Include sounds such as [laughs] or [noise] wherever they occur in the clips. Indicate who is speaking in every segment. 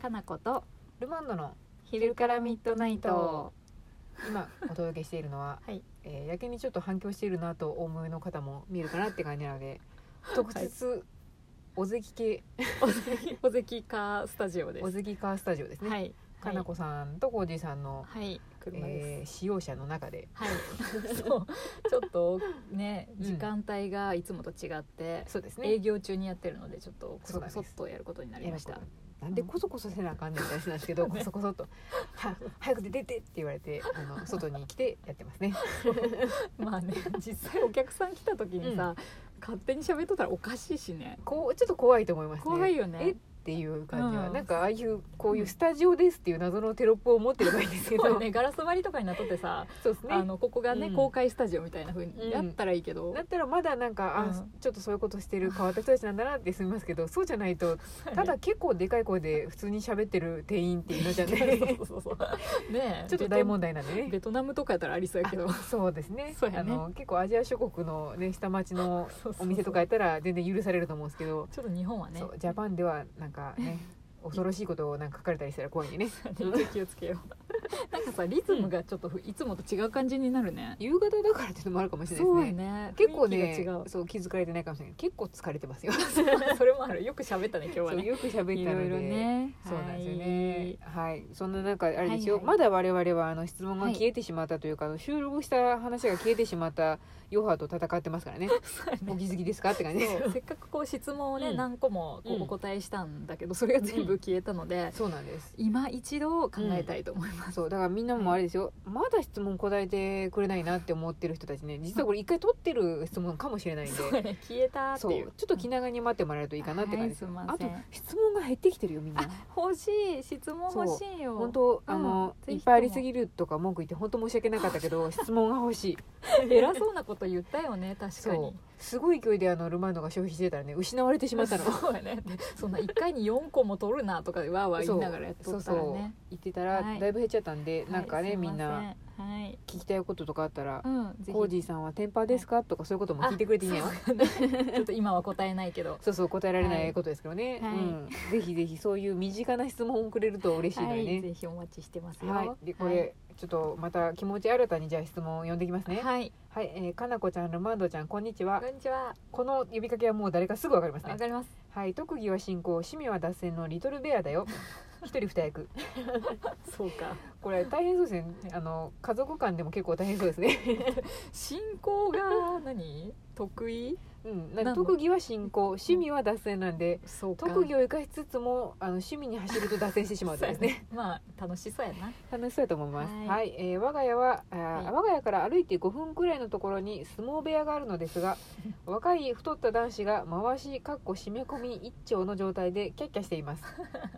Speaker 1: 花子と
Speaker 2: ルマンドの
Speaker 1: 昼からミッドナイト
Speaker 2: ト今お届けしているのは、
Speaker 1: はい
Speaker 2: えーやけにちょっと反響しているなとお思いの方も見るかなって感じなので特設、おぜき系
Speaker 1: おぜきカースタジオで
Speaker 2: お
Speaker 1: す
Speaker 2: ぜきカースタジオですね、
Speaker 1: はい
Speaker 2: かなこさんとコージーさんの、
Speaker 1: はい車です、
Speaker 2: えー使用者の中で
Speaker 1: はいそうちょっとね
Speaker 2: うん
Speaker 1: 時間帯がいつもと違って、
Speaker 2: そうです
Speaker 1: 営
Speaker 2: ね
Speaker 1: 業中にやってるのでちょっとこ
Speaker 2: そ
Speaker 1: そう
Speaker 2: なん
Speaker 1: こ
Speaker 2: です
Speaker 1: そっとやることになりました
Speaker 2: なんでこそこそせなあかんねんって話なんですけど、
Speaker 1: うん
Speaker 2: こそこそっと「は早く出てって」って言われてあの外に来てやってますね。
Speaker 1: まあね実際お客さん来た時にさ、勝手に喋っとったらおかしいしね
Speaker 2: こうちょっと怖いと思いますね。
Speaker 1: 怖いよ
Speaker 2: えっ
Speaker 1: ね
Speaker 2: ていう感じは、
Speaker 1: うん
Speaker 2: なんかああいうこういうスタジオですっていう謎のテロップを持ってればいいんですけ
Speaker 1: こ
Speaker 2: ど、
Speaker 1: れねガラス張りとかになっとってさ、
Speaker 2: そうですね
Speaker 1: あのここがね、
Speaker 2: うん
Speaker 1: 公開スタジオみたいな風
Speaker 2: うん
Speaker 1: にやったらいいけど、
Speaker 2: だったらまだなんか、
Speaker 1: う
Speaker 2: あ
Speaker 1: ん
Speaker 2: ちょっとそういうことしてる変わった人たちなんだなって済みますけどそうじゃないとただ結構でかい声で普通に喋ってる店員っていうのじゃね
Speaker 1: そうそうそうそうねえ
Speaker 2: ちょっと大問題なんで
Speaker 1: ベト
Speaker 2: ね
Speaker 1: ベトナムとかやったらありそうやけど
Speaker 2: あそうですね
Speaker 1: そうやね
Speaker 2: あの結構アジア諸国の、ね、下町の
Speaker 1: そうそうそう
Speaker 2: お店とかやったら全然許されると思うんですけど、
Speaker 1: ちょっと日本はね
Speaker 2: そうジャパンではなんかね恐ろしいことをなんか書かれたりしたら怖いんでね
Speaker 1: ちょっと気をつけようなんかさリズムがちょっとふいつもと違う感じになるね、
Speaker 2: 夕方だからっていうのもあるかもしれないです
Speaker 1: そ
Speaker 2: ね
Speaker 1: うやね
Speaker 2: 結構
Speaker 1: 雰
Speaker 2: ね
Speaker 1: 囲気が違う
Speaker 2: そう気づかれてないかもしれない結構疲れてますよ
Speaker 1: それもあるよく喋ったね今日は
Speaker 2: そう
Speaker 1: ね
Speaker 2: よく喋
Speaker 1: い
Speaker 2: ったの
Speaker 1: ろ
Speaker 2: で
Speaker 1: いろね
Speaker 2: そうなんですよ
Speaker 1: は
Speaker 2: [laughs] ね
Speaker 1: い
Speaker 2: はい、そんな中あれですよ、
Speaker 1: はいはい
Speaker 2: まだ我々はあの質問が
Speaker 1: はい
Speaker 2: 消えてしまったというか、あの収録した話が消えてしまった余波と戦ってますからね
Speaker 1: [laughs] そうやね
Speaker 2: お気づきですかって感じです
Speaker 1: そうせっかくこう質問をね、
Speaker 2: うん
Speaker 1: 何個もこ
Speaker 2: うん
Speaker 1: うお答えしたんだけど、それが全部消えたので、
Speaker 2: そうなんです
Speaker 1: 今一度考えたいと思います、
Speaker 2: そうだからみんなもあれですよ、まだ質問答えてくれないなって思ってる人た
Speaker 1: [laughs]
Speaker 2: ちね実はこれ一回取ってる質問かもしれないんで
Speaker 1: そうやね消えたって
Speaker 2: そう
Speaker 1: い
Speaker 2: ちょ
Speaker 1: う
Speaker 2: っと気長に待ってもらえるといいかなって感じですよ、
Speaker 1: はいすいま
Speaker 2: あ
Speaker 1: せ
Speaker 2: と
Speaker 1: ん
Speaker 2: 質問が減ってきてるよみんな
Speaker 1: 欲しい質問欲しいよ
Speaker 2: 本当あの、
Speaker 1: ぜひとも
Speaker 2: いっぱいありすぎるとか文句言って本当申し訳なかったけ
Speaker 1: [laughs]
Speaker 2: ど質問が欲しい
Speaker 1: 偉そうなこと言ったよね確か
Speaker 2: そ
Speaker 1: に
Speaker 2: うすごい勢いであのルマンドが消費してたらね失われてしまったの
Speaker 1: そうやねでそんな1回に4個も取るなとかわーわー言いながらやっと
Speaker 2: そう
Speaker 1: っ
Speaker 2: そ
Speaker 1: た
Speaker 2: う
Speaker 1: らね
Speaker 2: [laughs] 言ってたら
Speaker 1: はい
Speaker 2: だいぶ減っちゃったんで、
Speaker 1: はい
Speaker 2: なんかね
Speaker 1: すいま
Speaker 2: み
Speaker 1: せ
Speaker 2: んな
Speaker 1: はい
Speaker 2: 聞きたいこととかあったら
Speaker 1: う、んぜひ
Speaker 2: コージーさんはテンパーですか、とかそういうことも聞いてくれていいのよ
Speaker 1: あそうだねちょっと今は答えないけど
Speaker 2: [laughs] そうそう答えられな
Speaker 1: はいい
Speaker 2: ことですけどね、
Speaker 1: はい
Speaker 2: うん、ぜひぜひそういう身近な質問をくれると嬉しいの
Speaker 1: は
Speaker 2: で
Speaker 1: い
Speaker 2: ね、
Speaker 1: ぜひお待ちしてますよ
Speaker 2: はいでこれ、
Speaker 1: はい
Speaker 2: ちょっとまた気持ち新たにじゃあ質問を読んできますねはい、
Speaker 1: はい
Speaker 2: えーかなこちゃんルマンドちゃんこんにちは
Speaker 1: こんにちは
Speaker 2: この呼びかけはもう誰かすぐわかりますね
Speaker 1: わかります
Speaker 2: はい特技は進行趣味は脱線のリトルベア
Speaker 1: [laughs]
Speaker 2: だよ一人二役
Speaker 1: そうか
Speaker 2: これ大変そうですねあの家族間でも結構大変そうですね [laughs]
Speaker 1: 進行が何得意
Speaker 2: うんな
Speaker 1: な
Speaker 2: んか
Speaker 1: の
Speaker 2: 特技は進行趣味は脱線なんで
Speaker 1: そうか
Speaker 2: 特技を生かしつつもあの趣味に走ると脱線してしまうというです
Speaker 1: [laughs]
Speaker 2: ね
Speaker 1: まあ楽しそうやな
Speaker 2: 楽しそうだと思いますは、
Speaker 1: はいい
Speaker 2: えー我が家はあ
Speaker 1: は
Speaker 2: ー、
Speaker 1: い
Speaker 2: 我が家から歩いて5分くらいのところに相撲部屋があるので
Speaker 1: [laughs]
Speaker 2: すが若い太った男子が回しかっこ締め込み一丁の状態でキャッキャしてい
Speaker 1: [laughs]
Speaker 2: ます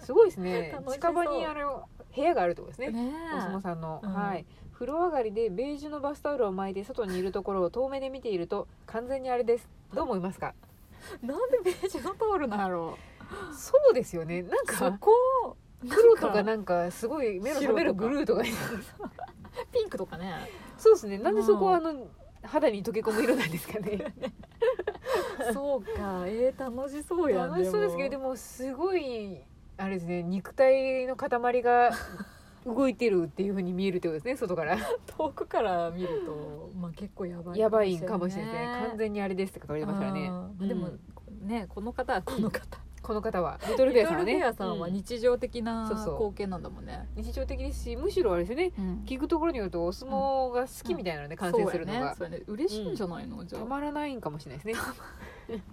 Speaker 2: すごいですね
Speaker 1: 楽しそう
Speaker 2: 近場にあの部屋があるってことですね
Speaker 1: ね
Speaker 2: お相撲さんの、
Speaker 1: うん
Speaker 2: はい風呂上がりでベージュのバスタオルを巻いて外にいるところを遠目で見ていると完全にあれですどう思いますか
Speaker 1: えなんでベージュのタオルなんやろ
Speaker 2: そうですよねなん
Speaker 1: うそ
Speaker 2: か
Speaker 1: こを
Speaker 2: 黒とかなんかすごい目の覚め
Speaker 1: 白と
Speaker 2: るブ
Speaker 1: か
Speaker 2: ルーとか
Speaker 1: ピンクとかね
Speaker 2: そうですね。なんでそこはあ
Speaker 1: う
Speaker 2: の、肌に溶け込む色なんですかね。
Speaker 1: そうかえー、楽し [laughs] そうやん
Speaker 2: 楽しそうですけど、でもすごいあれですね。肉体の
Speaker 1: [laughs]
Speaker 2: 塊が動いてるっていう風に見えるってことですね。外から
Speaker 1: 遠くから見ると、まあ、結構やばい
Speaker 2: やばいんかもしれないですね。完
Speaker 1: に
Speaker 2: 全にあれですって書かれてますからね。うん
Speaker 1: でもねこの方はこの方
Speaker 2: この方はリトル
Speaker 1: リ
Speaker 2: ベア
Speaker 1: ト
Speaker 2: さんは
Speaker 1: ル
Speaker 2: ね。
Speaker 1: ベアさんは
Speaker 2: うん
Speaker 1: 日常的な
Speaker 2: そうそう
Speaker 1: 光景なんだもんね、
Speaker 2: 日常的ですし、むしろあれですよね。聞くところによるとお相撲が好きみたいなので観戦するのが。
Speaker 1: そうやねそうやね嬉しいんじゃないの、じゃ
Speaker 2: た
Speaker 1: あ
Speaker 2: まらないんかもしれないです
Speaker 1: [laughs]
Speaker 2: ね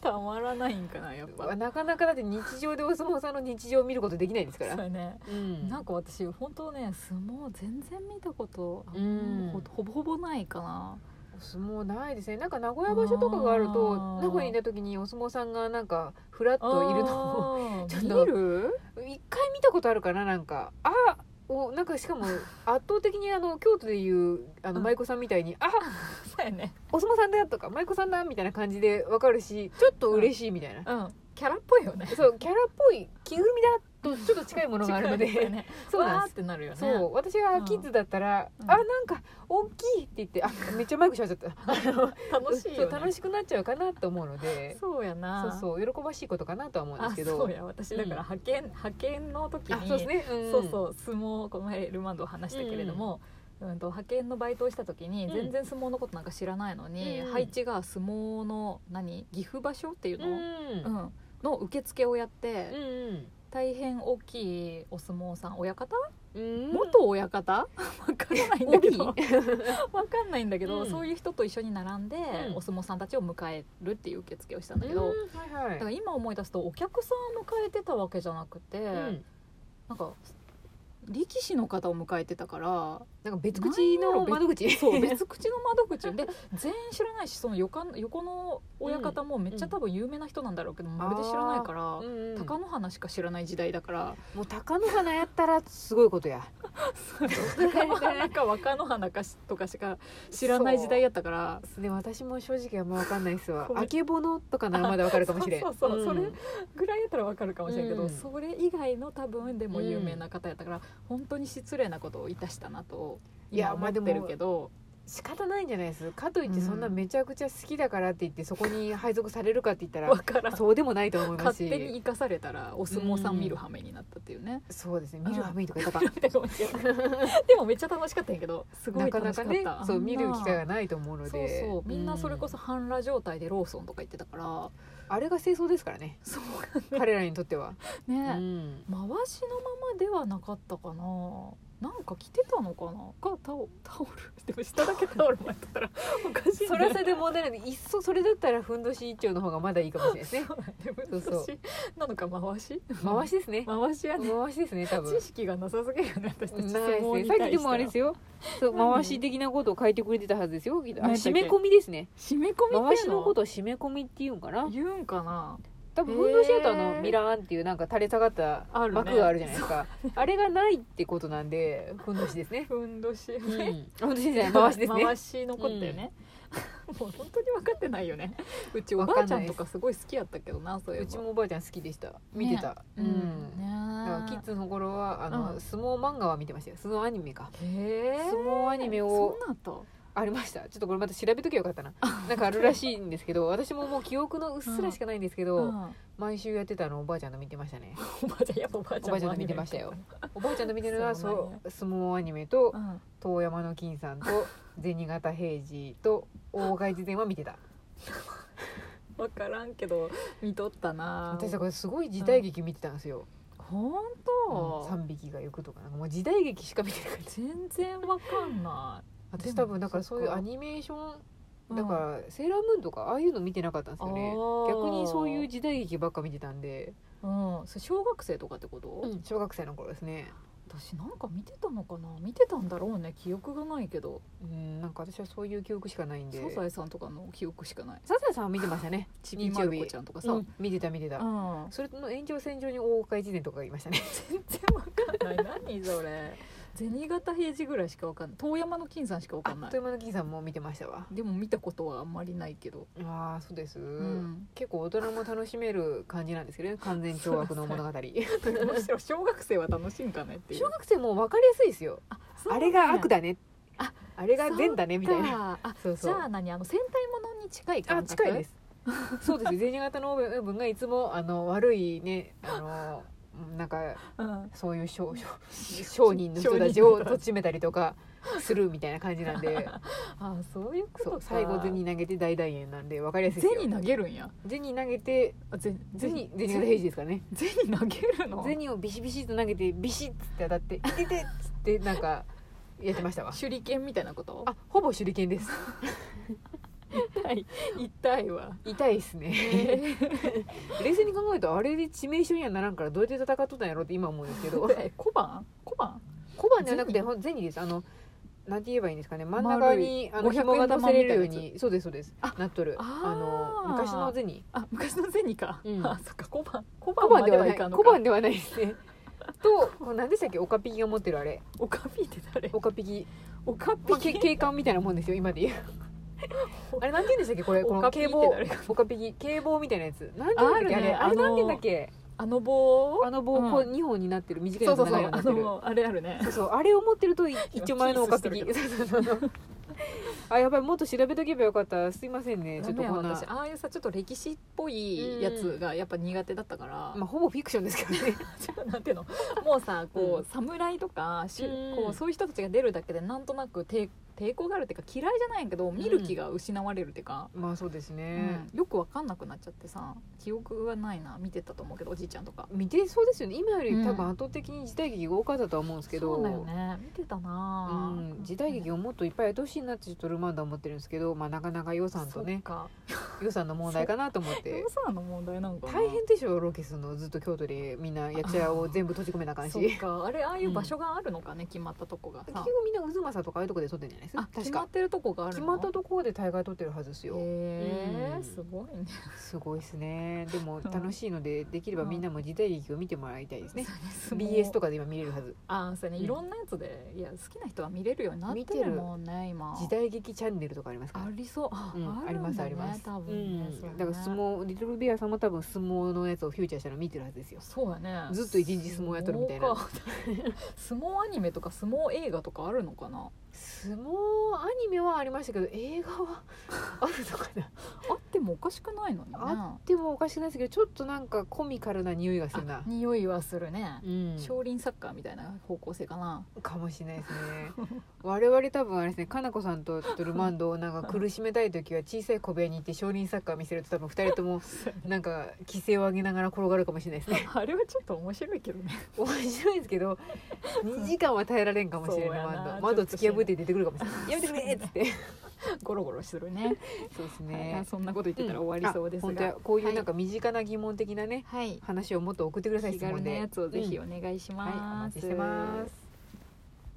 Speaker 1: たまらないんかなやっぱ
Speaker 2: なかなかだって日常でお相撲さんの日常を見ることできないですか
Speaker 1: そう
Speaker 2: ら、
Speaker 1: やね
Speaker 2: うん
Speaker 1: なんか私本当ね相撲全然見たことあ
Speaker 2: うん
Speaker 1: ほほぼほぼないかな
Speaker 2: お相撲ないですねなんか名古屋場所とかがあると
Speaker 1: あー
Speaker 2: 名古屋にいた時にお相撲さんがなんかふらっといるのを
Speaker 1: あー
Speaker 2: ちょっと
Speaker 1: 見る
Speaker 2: 一回見たことあるかななんかあおなんかしかも圧倒的にあの京都でいうあ
Speaker 1: う
Speaker 2: の
Speaker 1: ん
Speaker 2: 舞妓さんみたいに「あ
Speaker 1: そうやね
Speaker 2: お相撲さんだ」とか「舞妓さんだ」みたいな感じでわかるしちょっと嬉しいみたいな、
Speaker 1: うんキャラっぽいよね
Speaker 2: そうキャラっぽい着ぐるみだっとちょっと近いものがあるので、
Speaker 1: 近いよね
Speaker 2: [laughs] そうなん
Speaker 1: わ
Speaker 2: で
Speaker 1: ー
Speaker 2: す
Speaker 1: ってなるよね
Speaker 2: そう私がキッズだったら「
Speaker 1: うん
Speaker 2: あなんか大きい」って言って「あめっちゃマイクしゃっちゃった」
Speaker 1: 楽しい
Speaker 2: そ
Speaker 1: よ、
Speaker 2: う
Speaker 1: ね、
Speaker 2: 楽しくなっちゃうかなと思うので
Speaker 1: そうや
Speaker 2: そう
Speaker 1: な
Speaker 2: そう喜ばしいことかなとは思うんで
Speaker 1: あ
Speaker 2: すけど
Speaker 1: そうや私だから派遣、派遣の時に
Speaker 2: あそうですね、うん、
Speaker 1: そうそう相撲この前ルマンドを話したけれども、うんと派遣のバイトをした時に
Speaker 2: うん
Speaker 1: 全然相撲のことなんか知らないのに、
Speaker 2: うん
Speaker 1: 配置が相撲の何岐阜場所っていう
Speaker 2: う
Speaker 1: の、う
Speaker 2: ん
Speaker 1: んの受付をやって、
Speaker 2: うん
Speaker 1: 大変大きいお相撲さん親方、
Speaker 2: うん
Speaker 1: 元親方 [laughs] わからないんだけ
Speaker 2: 帯
Speaker 1: どわかんないんだけど、
Speaker 2: うん
Speaker 1: そういう人と一緒に並んで、
Speaker 2: うん
Speaker 1: お相撲さんたちを迎えるっていう受付をしたんだけど、
Speaker 2: うんはい
Speaker 1: だか
Speaker 2: は
Speaker 1: ら
Speaker 2: い
Speaker 1: 今思い出すとお客さんを迎えてたわけじゃなくて、
Speaker 2: うん
Speaker 1: なんか力士の方を迎えてた
Speaker 2: [laughs]
Speaker 1: から
Speaker 2: なんか別口の窓口
Speaker 1: そう別口の窓口で全員知らないしその横の横の親方もめっちゃ多分有名な人なんだろうけど、まるで知らないから、
Speaker 2: うんうん
Speaker 1: 貴乃花しか知らない時代だ
Speaker 2: [laughs]
Speaker 1: から
Speaker 2: もう高野花やったらすごいことや [laughs]
Speaker 1: 貴乃花か若乃花かしとかしか知らない時代やったから
Speaker 2: ね私も正直あんま分かんないっすわ
Speaker 1: ごめん
Speaker 2: あけぼのとかならまだ分かるかもしれ
Speaker 1: [laughs]
Speaker 2: ん
Speaker 1: そうそうそうそれ
Speaker 2: ん
Speaker 1: ぐらいやったらわかるかもしれんけど、
Speaker 2: うん
Speaker 1: それ以外の多分でも有名な方やったから、本当に失礼なことをいたしたなと
Speaker 2: いや
Speaker 1: 今思ってるけど
Speaker 2: 仕方ないんじゃないですかといって
Speaker 1: うん
Speaker 2: そんなめちゃくちゃ好きだからって言ってそこに配属されるかって言ったら
Speaker 1: わからん
Speaker 2: そうでもないと思いま
Speaker 1: [laughs] 勝
Speaker 2: すし
Speaker 1: 手に生かされたらお相撲さん見る羽目になったっていうね、
Speaker 2: そうですね見るは見るとか言ったか
Speaker 1: でもめっちゃ楽しかったんやけどすご
Speaker 2: ないか
Speaker 1: 楽
Speaker 2: な
Speaker 1: しか
Speaker 2: か
Speaker 1: った
Speaker 2: ねそう見る機会が
Speaker 1: な
Speaker 2: ないと思うので
Speaker 1: そうそうみんなそれこそ
Speaker 2: うん
Speaker 1: 半裸状態でローソンとか行ってたから、
Speaker 2: あれが清掃ですか
Speaker 1: [laughs]
Speaker 2: らね
Speaker 1: そう
Speaker 2: 彼らにとっては、う
Speaker 1: ね、
Speaker 2: ん、
Speaker 1: 回しのままではなかったかななんか着てたのかなかタオタオルでも下だけタオルもやってたらおかしいね
Speaker 2: それはそれで問題ないのでいっそそれだったらふんどし一丁の方がまだいいかもしれ
Speaker 1: [laughs]
Speaker 2: ないですね
Speaker 1: そうなんだよ
Speaker 2: そうそう
Speaker 1: 私なのか回し
Speaker 2: 回しですね
Speaker 1: 回しやね
Speaker 2: 回しですね多分
Speaker 1: 知識がなさすぎるね私たち
Speaker 2: ないですね。さっきでもあれですよ。そう
Speaker 1: 何
Speaker 2: 回し的なことを書いてくれてたはずですよ。きっとあ
Speaker 1: 何だっけ
Speaker 2: 締め込みですね。
Speaker 1: 締め込みっていう
Speaker 2: 回しのことを締め込みっていうんかな。
Speaker 1: 言うんかな
Speaker 2: 多分ふんどしだとあ
Speaker 1: へ
Speaker 2: の
Speaker 1: ー
Speaker 2: ミラーンっていうなんか垂れ下がった
Speaker 1: あるね
Speaker 2: 枠があるじゃないですか。あれがないってことなんでふんどしですね。
Speaker 1: ふんどし、
Speaker 2: うん。ふんどしじゃない回しですね。
Speaker 1: 回しのことだよね、もう本当に分かってないよねうちおばあちゃんとかすごい好きやったけどなそういう
Speaker 2: うちもおばあちゃん好きでした。見てた。う
Speaker 1: うん
Speaker 2: ん。
Speaker 1: ね
Speaker 2: だからキッズの頃はあ
Speaker 1: う
Speaker 2: の
Speaker 1: ん
Speaker 2: 相撲漫画は見てましたよ。相撲アニメか。
Speaker 1: へえ
Speaker 2: 相撲アニメを
Speaker 1: そんなんと
Speaker 2: ありましたちょっとこれまた調べときゃよかったななんかあるらしいんですけど私ももう記憶のうっすらしかないんですけど、毎週やってたのおばあちゃんの見てまし
Speaker 1: [laughs]
Speaker 2: たね
Speaker 1: おばあちゃんやっぱおばあちゃん
Speaker 2: おばあちゃんの見てましたよおばあちゃんの見てるのは
Speaker 1: そうなん
Speaker 2: そ
Speaker 1: や
Speaker 2: う相撲アニメと
Speaker 1: うん
Speaker 2: 遠山の金さんと銭形平次と大貝自伝は見てた
Speaker 1: 分からんけど見とったな
Speaker 2: 私だからすごい時代劇見てたんですよ
Speaker 1: 本
Speaker 2: 「うん
Speaker 1: 当、
Speaker 2: 三匹が行く」とかなんかもう時代劇しか見てなかった
Speaker 1: 全然分かんな
Speaker 2: 私
Speaker 1: でも
Speaker 2: 多分だからそういう
Speaker 1: そっか
Speaker 2: アニメーショ
Speaker 1: い
Speaker 2: ンだから「セーラームーン」とかああいうの見てなかったんですよね
Speaker 1: あー
Speaker 2: 逆にそういう時代劇ばっか見てたんで、
Speaker 1: うん、うん、それ小学生とかってこと、
Speaker 2: うん小学生の頃ですね
Speaker 1: 私なんか見てたのかな見てたんだろうね記憶がないけど
Speaker 2: うんなんか私はそういう記憶しかないんで
Speaker 1: サザエさんとかの記憶しかない
Speaker 2: サザエさんは見てましたね
Speaker 1: ちびまる子ちゃんとかさ、
Speaker 2: うん見てた見てた、
Speaker 1: うん
Speaker 2: それの延長線上に大岡越前とかがいましたね
Speaker 1: 全然わかんない何それ銭形平次ぐらいしかわかんない遠山の金さんしかわ
Speaker 2: [laughs] あ
Speaker 1: かんな
Speaker 2: っ
Speaker 1: い
Speaker 2: という間の金さんも見てましたわ
Speaker 1: でも見たことはあんまりないけど、
Speaker 2: ああそうです、
Speaker 1: うん
Speaker 2: 結構大人も楽しめる感じなんですけ [laughs] どね完全懲悪の物語
Speaker 1: むしろ小学生は楽しいんかねっていう
Speaker 2: 小学生も分かりやすいですよあれが悪だね
Speaker 1: あ
Speaker 2: あれが善だねみたいな
Speaker 1: なあ
Speaker 2: そうそう
Speaker 1: じゃあ何あの戦隊ものに近い
Speaker 2: あ
Speaker 1: 感覚
Speaker 2: 近い [laughs] ですそうです銭形の親分がいつもあの悪いねあのなんか
Speaker 1: うん
Speaker 2: そういう商商商人の人たちをとっちめたりとかするみたいな感じ [laughs] なんで
Speaker 1: あそういうこ
Speaker 2: そ
Speaker 1: とか
Speaker 2: う最後銭投げて大団円なんで分かりやすいですよ
Speaker 1: 銭投げるんや
Speaker 2: 銭投げて
Speaker 1: あぜ
Speaker 2: 銭銭形平次ですからね
Speaker 1: 銭投げるの
Speaker 2: 銭をビシビシッと投げてビシッつって当たって「いてて」っつってなんかやってましたわ
Speaker 1: 手裏剣みたいなこと
Speaker 2: あほぼ手裏剣です
Speaker 1: 痛い痛いわ
Speaker 2: 痛いですね冷静に考えるとあれで致命傷にはならんからどうやって戦っとったんやろって今思うんですけど
Speaker 1: え小判小判
Speaker 2: 小判ではなくてほん銭ですあのなんて言えばいいんですかね真ん中にあの
Speaker 1: 丸い
Speaker 2: 紐が出せれるよ
Speaker 1: 500
Speaker 2: う
Speaker 1: 円玉みたいな
Speaker 2: にそうですそうです
Speaker 1: あ
Speaker 2: なっとる
Speaker 1: あー
Speaker 2: あの昔の銭
Speaker 1: あ昔の銭か、
Speaker 2: うん
Speaker 1: あそっか小判小
Speaker 2: 小
Speaker 1: 判
Speaker 2: 判
Speaker 1: ま
Speaker 2: で
Speaker 1: で
Speaker 2: は
Speaker 1: は
Speaker 2: ないい
Speaker 1: かんの
Speaker 2: 小
Speaker 1: か
Speaker 2: 判ではないですね [laughs] とこれ何でしたっけオカピキが持ってるあれ
Speaker 1: おかぴって誰
Speaker 2: オカピキ
Speaker 1: おか
Speaker 2: まあけ
Speaker 1: ぴき
Speaker 2: 警官みたいなもんですよ今
Speaker 1: [laughs]
Speaker 2: で言うあれ何て言うんでしたっけこれこ
Speaker 1: オ
Speaker 2: の
Speaker 1: カピキ
Speaker 2: 警
Speaker 1: って
Speaker 2: 棒
Speaker 1: 誰が
Speaker 2: オカピキ警棒みたいなやつ何て言うんだ
Speaker 1: あ
Speaker 2: っけあ
Speaker 1: る
Speaker 2: れ
Speaker 1: ね
Speaker 2: あれ
Speaker 1: あの
Speaker 2: 何て言うんだっけ
Speaker 1: あの棒
Speaker 2: あの棒こ
Speaker 1: う
Speaker 2: う2本になってる短い
Speaker 1: そ
Speaker 2: の
Speaker 1: うそ
Speaker 2: が
Speaker 1: うそ
Speaker 2: 長
Speaker 1: う
Speaker 2: いのにな
Speaker 1: あ
Speaker 2: ってる
Speaker 1: のあれあるね
Speaker 2: そうそうあれを持って
Speaker 1: [laughs]
Speaker 2: るとい一丁前のおか的
Speaker 1: 今
Speaker 2: そうそうそうそう [laughs] あやばいもっと調べとけばよかったすいませんねちょっと
Speaker 1: ダメ
Speaker 2: こん
Speaker 1: や
Speaker 2: な
Speaker 1: 私ああいうさちょっと歴史っぽいやつがやっぱ苦手だったから、
Speaker 2: まあほぼフィクションですけど
Speaker 1: [laughs]
Speaker 2: ね
Speaker 1: なんていうのもうさこう、
Speaker 2: うん
Speaker 1: 侍とかし
Speaker 2: うん
Speaker 1: こうそういう人たちが出るだけでなんとなく抵抵抗があるっていうか嫌いじゃないけど見る気が失われるっていうか、
Speaker 2: まあそうです
Speaker 1: うん
Speaker 2: ね、
Speaker 1: よくわかんなくなっちゃってさ記憶がないな見てたと思うけどおじいちゃんとか。
Speaker 2: 見てそうですよね今より
Speaker 1: うん
Speaker 2: 多分圧倒的に時代劇が多かったとは思うんですけど、
Speaker 1: そうだよね見てた
Speaker 2: う
Speaker 1: な、
Speaker 2: ん時代劇
Speaker 1: を
Speaker 2: をもっといっぱいやってほしいなってちょっとルマンダ思ってるんですけど、まあ、なかなか予算とね
Speaker 1: か
Speaker 2: 予算の問題かなと思って
Speaker 1: 予算の問題なんかな
Speaker 2: 大変でしょロケするのずっと京都でみんなやっちゃを全部閉じ込めなあかんし
Speaker 1: そ
Speaker 2: 結
Speaker 1: うかあれああいう場所があるのかね、決まったとこがさ
Speaker 2: 局みんな渦政とかああいうとこで撮ってんじゃないです
Speaker 1: あ
Speaker 2: か
Speaker 1: 決
Speaker 2: 確
Speaker 1: ま
Speaker 2: か
Speaker 1: ってるとこがある
Speaker 2: 決
Speaker 1: の
Speaker 2: まったところで大概撮ってるはずですよ、
Speaker 1: へえ、
Speaker 2: うん
Speaker 1: すごい [laughs] ね
Speaker 2: すごいですねでも
Speaker 1: うん
Speaker 2: 楽しいのでできればみんなも時代劇を見てもらいたいですね BS とかで今見れるはず
Speaker 1: ああそうね、
Speaker 2: うん
Speaker 1: いろんなやつでいや好きな人は見れるようになってるもんね今
Speaker 2: 時代劇チャンネルとかありますから
Speaker 1: ありそうあ,、
Speaker 2: うん
Speaker 1: あ
Speaker 2: あり
Speaker 1: るんだ
Speaker 2: ま
Speaker 1: ね
Speaker 2: すあります、
Speaker 1: 多分ね、
Speaker 2: うん
Speaker 1: それね
Speaker 2: だから相撲リトルビアさんも多分相撲のやつをフューチャーしたの見てるはずですよ
Speaker 1: そうやね
Speaker 2: ずっと一日相撲やっとるみたいな
Speaker 1: 相撲か [laughs] 相撲アニメとか相撲映画とかあるのかな
Speaker 2: 相撲アニメはありましたけど映画 [laughs] はあるのかな
Speaker 1: あってもおかしくないのにな
Speaker 2: でもおかしくないですけどちょっとなんかコミカルな匂いがするな
Speaker 1: あ、匂いはするね
Speaker 2: う、ん、
Speaker 1: 少林サッカーみたいな方向性かな
Speaker 2: かもしれないですね [laughs] 我々多分あれですねかなこさんとルマンドをなんか苦しめたい時は小さい小部屋に行って少林サッカー見せると多分2人と
Speaker 1: [laughs]
Speaker 2: もなんか規制を上げながら転がるかもしれないですね
Speaker 1: あれはちょっと面白いけどね [laughs]
Speaker 2: [laughs] 面白いですけど2時間は耐えられんかもしれない
Speaker 1: そうやな
Speaker 2: 窓窓突き破って出てくるかもしれないやめてくれっつって
Speaker 1: ゴロゴロするね
Speaker 2: そうです
Speaker 1: はいあ
Speaker 2: ね
Speaker 1: [laughs] そんなこと言ってたら終わりそうです
Speaker 2: あ本当や
Speaker 1: が、
Speaker 2: こういうなんか身近な疑問的なね、
Speaker 1: はい
Speaker 2: 話をもっと送ってください
Speaker 1: 気軽なやつをぜひ
Speaker 2: お
Speaker 1: お願いし
Speaker 2: はいお
Speaker 1: ま
Speaker 2: 待
Speaker 1: す、
Speaker 2: ちしてます